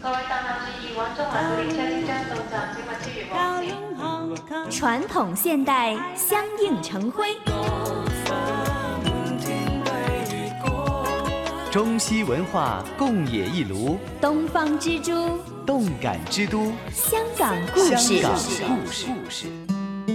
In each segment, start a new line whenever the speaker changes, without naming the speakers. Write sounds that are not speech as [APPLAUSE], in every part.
各位乘客注意，往中环古岭车即将到站，请勿超越黄线。
传统现代相映成辉，
中西文化共冶一炉，
东方之珠，
动感之都，
香港故事。
香港故事。故事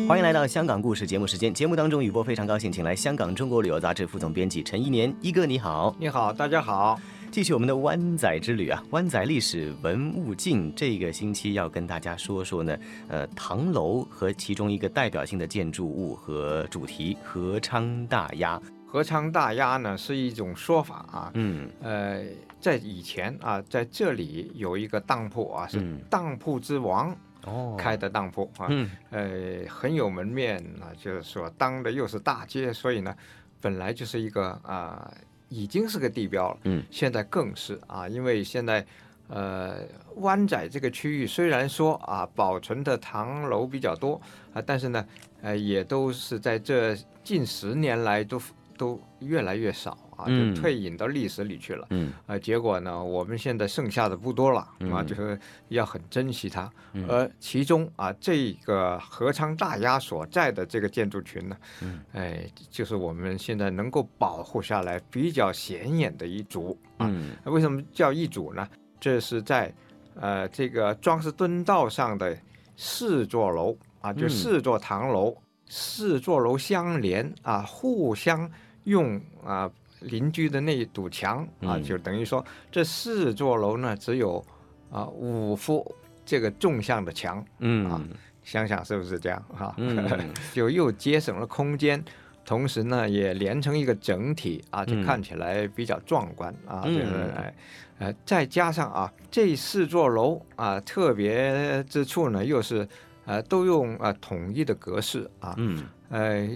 欢迎来到《香港故事》节目时间。节目当中，雨波非常高兴，请来香港《中国旅游杂志》副总编辑陈一年一哥，你好。
你好，大家好。
继续我们的湾仔之旅啊，湾仔历史文物镜这个星期要跟大家说说呢，呃，唐楼和其中一个代表性的建筑物和主题——合昌大鸭。
合昌大鸭呢是一种说法啊，
嗯
呃，在以前啊，在这里有一个当铺啊，是
嗯
当铺之王
哦
开的当铺啊，
嗯
呃，很有门面啊，就是说当的又是大街，所以呢，本来就是一个啊、已经是个地标了，
嗯，
现在更是啊，因为现在呃，湾仔这个区域虽然说啊保存的唐楼比较多啊，但是呢，呃，也都是在这近十年来都都越来越少啊，
嗯
就退隐到历史里去了。
嗯
啊，结果呢，我们现在剩下的不多了啊，
嗯
就是要很珍惜它。而其中啊，这个合昌大鸭所在的这个建筑群呢，
嗯
哎，就是我们现在能够保护下来比较显眼的一组啊。
嗯
为什么叫一组呢？这是在呃这个庄士敦道上的四座楼啊，就
嗯
四座唐楼，四座楼相连啊，互相用啊邻居的那一堵墙啊，
嗯
就等于说这四座楼呢只有啊五幅这个纵向的墙，
嗯
啊想想是不是这样哈？
嗯
就又节省了空间。同时呢，也连成一个整体啊，就
嗯
看起来比较壮观啊。
嗯
就是哎，呃，再加上啊，这四座楼啊，特别之处呢，又是呃，都用啊统一的格式啊，
嗯
呃，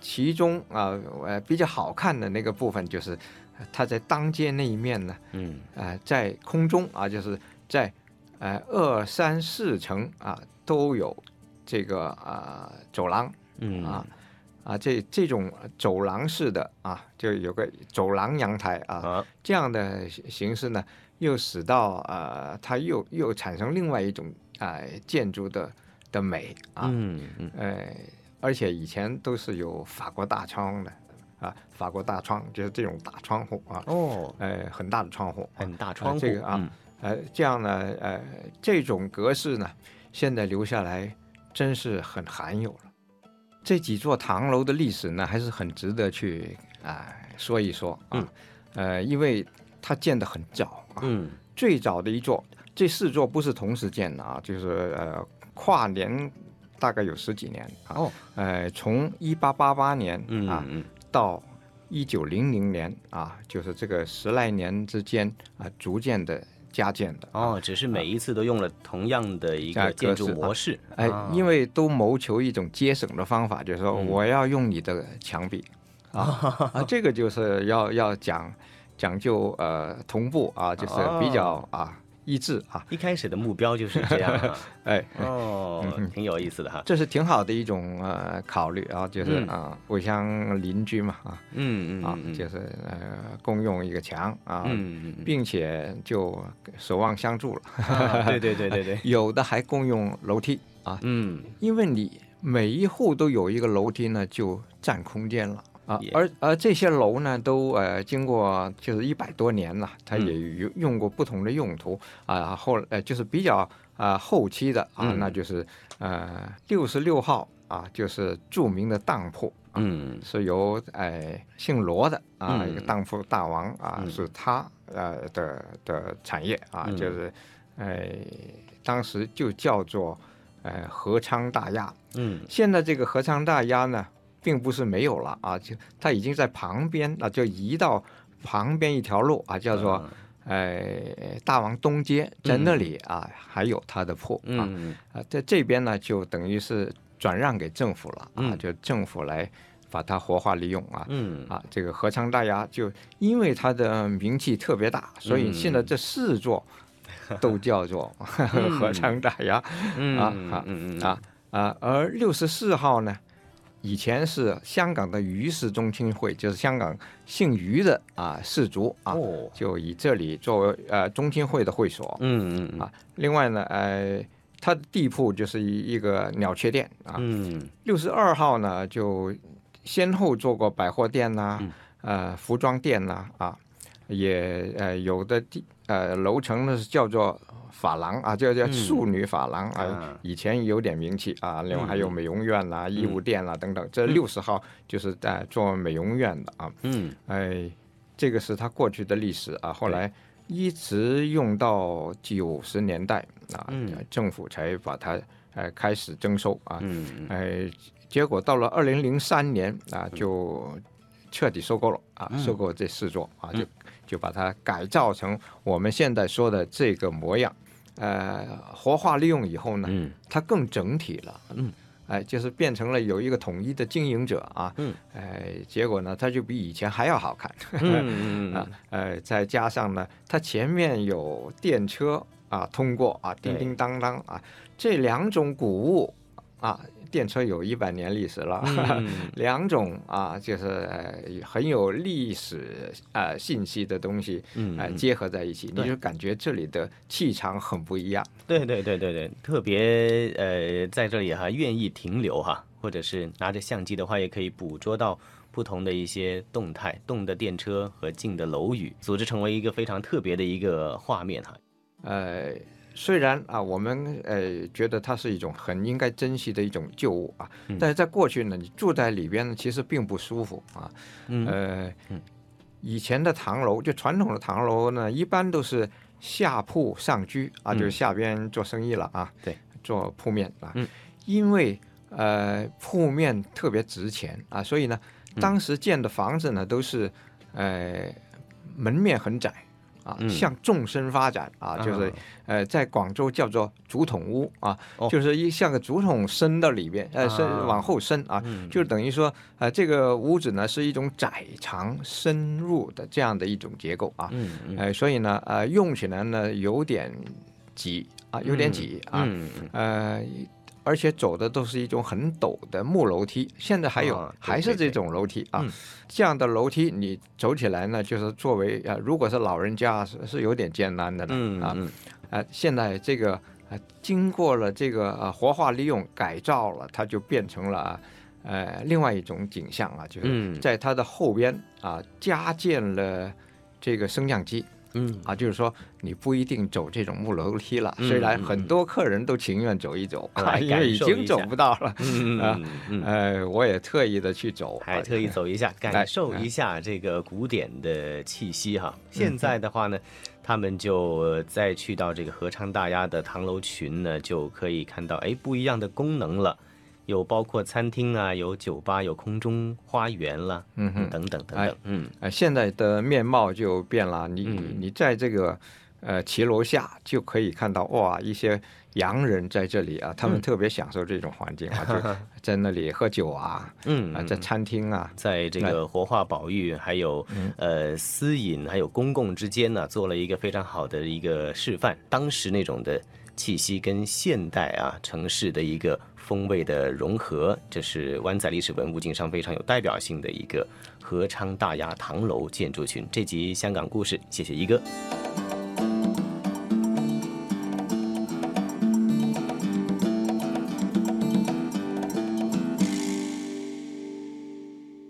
其中啊，呃，比较好看的那个部分就是呃它在当街那一面呢，
嗯
呃，在空中啊，就是在呃二三四层啊都有这个啊、走廊
嗯
啊。啊，这这种走廊式的啊，就有个走廊阳台啊，
啊
这样的形形式呢，又使到啊，呃它又又产生另外一种啊、建筑的的美啊，
嗯嗯
呃，而且以前都是有法国大窗的啊，法国大窗就是这种大窗户啊，
哦，
呃，很大的窗户，
很大窗户
这个啊，呃，这样呢，呃，这种格式呢，现在留下来真是很罕有了。这几座唐楼的历史呢，还是很值得去啊、说一说啊，呃，因为它建得很早啊，
嗯
最早的一座，这四座不是同时建的啊，就是呃跨年大概有十几年啊，
哦
呃，从一八八八年
嗯
啊、
嗯
到一九零零年啊，就是这个十来年之间啊，逐渐的加建的啊。
哦，只是每一次都用了同样的一
啊
个建
格
筑
式啊
模式，
哎，
啊
因为都谋求一种节省的方法，就是说
嗯
我要用你的墙壁、
[LAUGHS]
啊啊，这个就是要要讲讲究呃同步啊，就是比较啊一致啊，
一开始的目标就是这样啊。
哎，
哦
嗯，哼
挺有意思的哈。
这是挺好的一种呃考虑啊，就是
嗯
啊、互相邻居嘛啊
嗯嗯
啊，
嗯
就是呃共用一个墙啊，
嗯嗯
并且就守望相助了。
嗯，啊对对对对对，
有的还共用楼梯啊，
嗯
因为你每一户都有一个楼梯呢，就占空间了。啊
Yeah，
而而这些楼呢，都呃经过就是一百多年了，它
嗯
也用用过不同的用途啊、后呃就是比较啊、后期的啊，
嗯
那就是呃六十六号啊，就是著名的当铺啊，
嗯
是由哎姓罗的啊、
嗯
一个当铺大王啊，
嗯
是他呃的的产业啊，
嗯
就是哎当时就叫做呃合昌大亚。
嗯
现在这个合昌大鸭呢，并不是没有了啊，就它已经在旁边啊，就移到旁边一条路啊，叫做、
嗯
呃大王东街，在那里啊、还有它的铺啊
嗯
啊，在这边呢就等于是转让给政府了啊，
嗯
就政府来把它活化利用啊。
嗯
啊，这个合昌大鸭就因为它的名气特别大，所以
嗯
现在这四座都
[LAUGHS]
叫做合昌大鸭。
嗯
啊
嗯嗯嗯
啊啊，而六十四号呢，以前是香港的余氏宗亲会，就是香港姓余的啊氏族啊，
哦，
就以这里作为呃宗亲会的会所。
嗯嗯
啊另外呢，呃，它的地铺就是一一个鸟雀店啊，
嗯
六十二号呢，就先后做过百货店呐、
嗯
呃，服装店呐、啊，也呃有的地呃楼层呢是叫做发廊啊，叫叫
嗯
素女发廊啊，
啊
以前有点名气啊。另外还有
嗯
美容院啦、衣物店啦、等等。这六十号就是在做美容院的啊，
嗯
哎，这个是他过去的历史啊，后来。一直用到九十年代啊，
嗯
政府才把它呃开始征收啊，
嗯
哎，结果到了二零零三年啊，就彻底收购了啊，
嗯
收购这四座啊，就就把它改造成我们现在说的这个模样。呃，活化利用以后呢，
嗯
它更整体了，
嗯，
哎，就是变成了有一个统一的经营者啊，
嗯，
哎，结果呢，它就比以前还要
[LAUGHS]
好看，
嗯
啊，呃，再加上呢，它前面有电车啊通过啊，叮
对
叮当当啊，这两种古物啊，电车有一百年历史了，
嗯
[LAUGHS] 两种啊，就是、呃很有历史呃信息的东西，
嗯
呃，结合在一起，
对
你就感觉这里的气场很不一样。
对对对对对，特别呃，在这里哈，愿意停留哈，或者是拿着相机的话，也可以捕捉到不同的一些动态，动的电车和静的楼宇，组织成为一个非常特别的一个画面哈。
呃，虽然啊，我们呃觉得它是一种很应该珍惜的一种旧物啊，
嗯
但是在过去呢，你住在里边呢，其实并不舒服啊。
嗯
呃，以前的唐楼，就传统的唐楼呢，一般都是下铺上居啊，
嗯
就是下边做生意了啊，
对，
做铺面啊，
嗯
因为呃铺面特别值钱啊，所以呢，
嗯
当时建的房子呢都是呃门面很窄。啊，
嗯
向纵深发展啊，就是
啊
呃，在广州叫做竹筒屋啊，
哦
就是一像个竹筒伸到里边，呃，伸
啊
往后伸啊，
嗯
就等于说，呃，这个屋子呢是一种窄长深入的这样的一种结构啊，
嗯嗯
呃，所以呢，呃，用起来呢有点挤啊，有点挤啊，
嗯嗯
呃，而且走的都是一种很陡的木楼梯，现在还有、
啊对
还是
对
这种楼梯啊。
嗯
这样的楼梯你走起来呢，就是作为呃，如果是老人家是是有点艰难的了、
嗯
啊。
嗯
呃，现在这个呃，经过了这个呃活化利用改造了，它就变成了呃另外一种景象啊，就是
嗯
在它的后边啊、加建了这个升降机。
嗯
啊，就是说你不一定走这种木楼梯了，
嗯
虽然
嗯
很
嗯
多客人都情愿走一走，
来
[LAUGHS] 因
感
为已
受
经
一
走
下
不到了。
嗯
啊
嗯嗯，
呃，我也特意的去走，
还
啊 [LAUGHS] 嗯
特意走一下，感受一下这个古典的气息哈。现在的话呢，他们就再去到这个合昌大鸭的唐楼群呢，就可以看到哎不一样的功能了，有包括餐厅啊，有酒吧，有空中花园啦，
嗯哼
等等等
哎
等，嗯
呃，现在的面貌就变了。你
嗯
你在这个呃骑楼下就可以看到哇，一些洋人在这里啊，他
嗯
们特别享受这种环境啊，
[LAUGHS]
就在那里喝酒啊，
嗯
啊，在餐厅啊，
在这个活化保育，还有呃私隐，还有公共之间呢、做了一个非常好的一个示范。当时那种的气息跟现代啊城市的一个风味的融合，这是湾仔历史文物径上非常有代表性的一个合昌大雅唐楼建筑群。这集香港故事，谢谢一哥。